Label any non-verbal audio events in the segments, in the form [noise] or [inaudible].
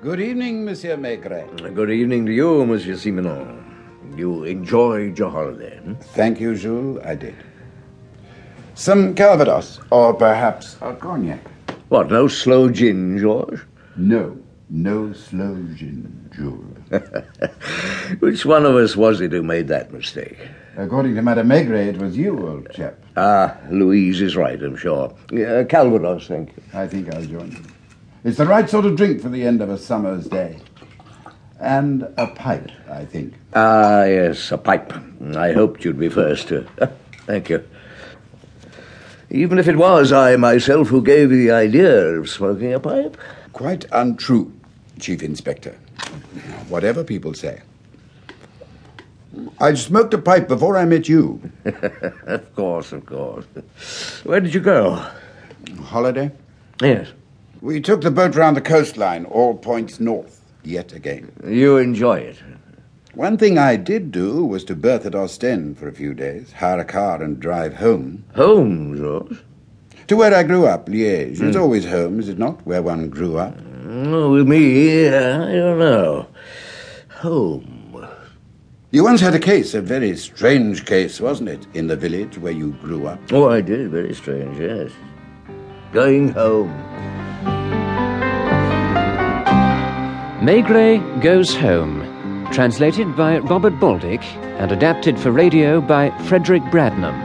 Good evening, Monsieur Maigret. Good evening to you, Monsieur Simenon. You enjoyed your holiday. hmm? Thank you, Jules. I did. Some Calvados, or perhaps a cognac. What, no slow gin, George? No, no slow gin, Jules. Which one of us was it who made that mistake? According to Madame Maigret, it was you, old chap. Ah, Louise is right, I'm sure. Uh, Calvados, thank you. I think I'll join you. It's the right sort of drink for the end of a summer's day. And a pipe, I think. Ah, yes, a pipe. I hoped you'd be first. to. [laughs] Thank you. Even if it was I myself who gave you the idea of smoking a pipe. [laughs] Quite untrue, Chief Inspector. Whatever people say. I smoked a pipe before I met you. Of course, of course. Where did you go? Holiday? Yes. We took the boat round the coastline, all points north, yet again. You enjoy it. One thing I did do was to berth at Ostend for a few days, hire a car and drive home. Home, George? To where I grew up, Liège. It's always home, is it not? Where one grew up. Mm, With me, uh, I don't know. Oh, Home. You once had a case, a very strange case, wasn't it? In the village where you grew up. Oh, I did. Very strange, yes. Going home. Maigret Goes Home, translated by Robert Baldick and adapted for radio by Frederick Bradnam.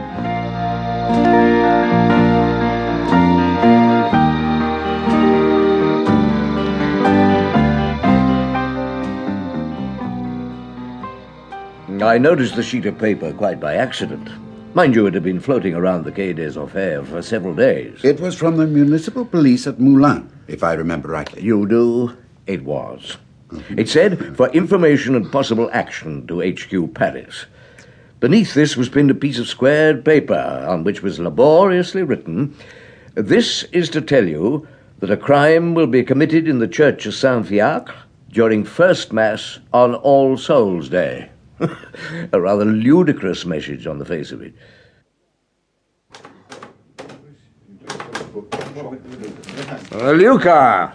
I noticed the sheet of paper quite by accident. Mind you, it had been floating around the Quai des Orfèvres for several days. It was from the municipal police at Moulins, if I remember rightly. You do? It was. It said, for information and possible action to HQ Paris. Beneath this was pinned a piece of squared paper on which was laboriously written, This is to tell you that a crime will be committed in the church of Saint Fiacre during First Mass on All Souls' Day. [laughs] a rather ludicrous message on the face of it. Uh, Luca,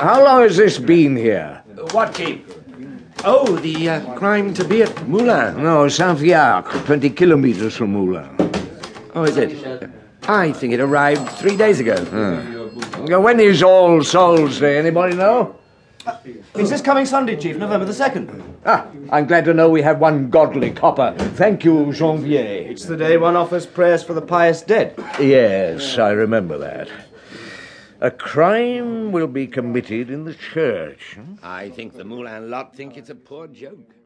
how long has this been here? What keep? Oh, the uh, crime to be at Moulin. No, Saint Fiacre, 20 kilometers from Moulin. Oh, is it? I think it arrived three days ago. Hmm. Uh, When is All Souls Day? Anybody know? It's this coming Sunday, Chief, November the 2nd. Ah, I'm glad to know we have one godly copper. Thank you, Janvier. It's the day one offers prayers for the pious dead. Yes, I remember that. A crime will be committed in the church. hmm? I think the Moulin lot think it's a poor joke.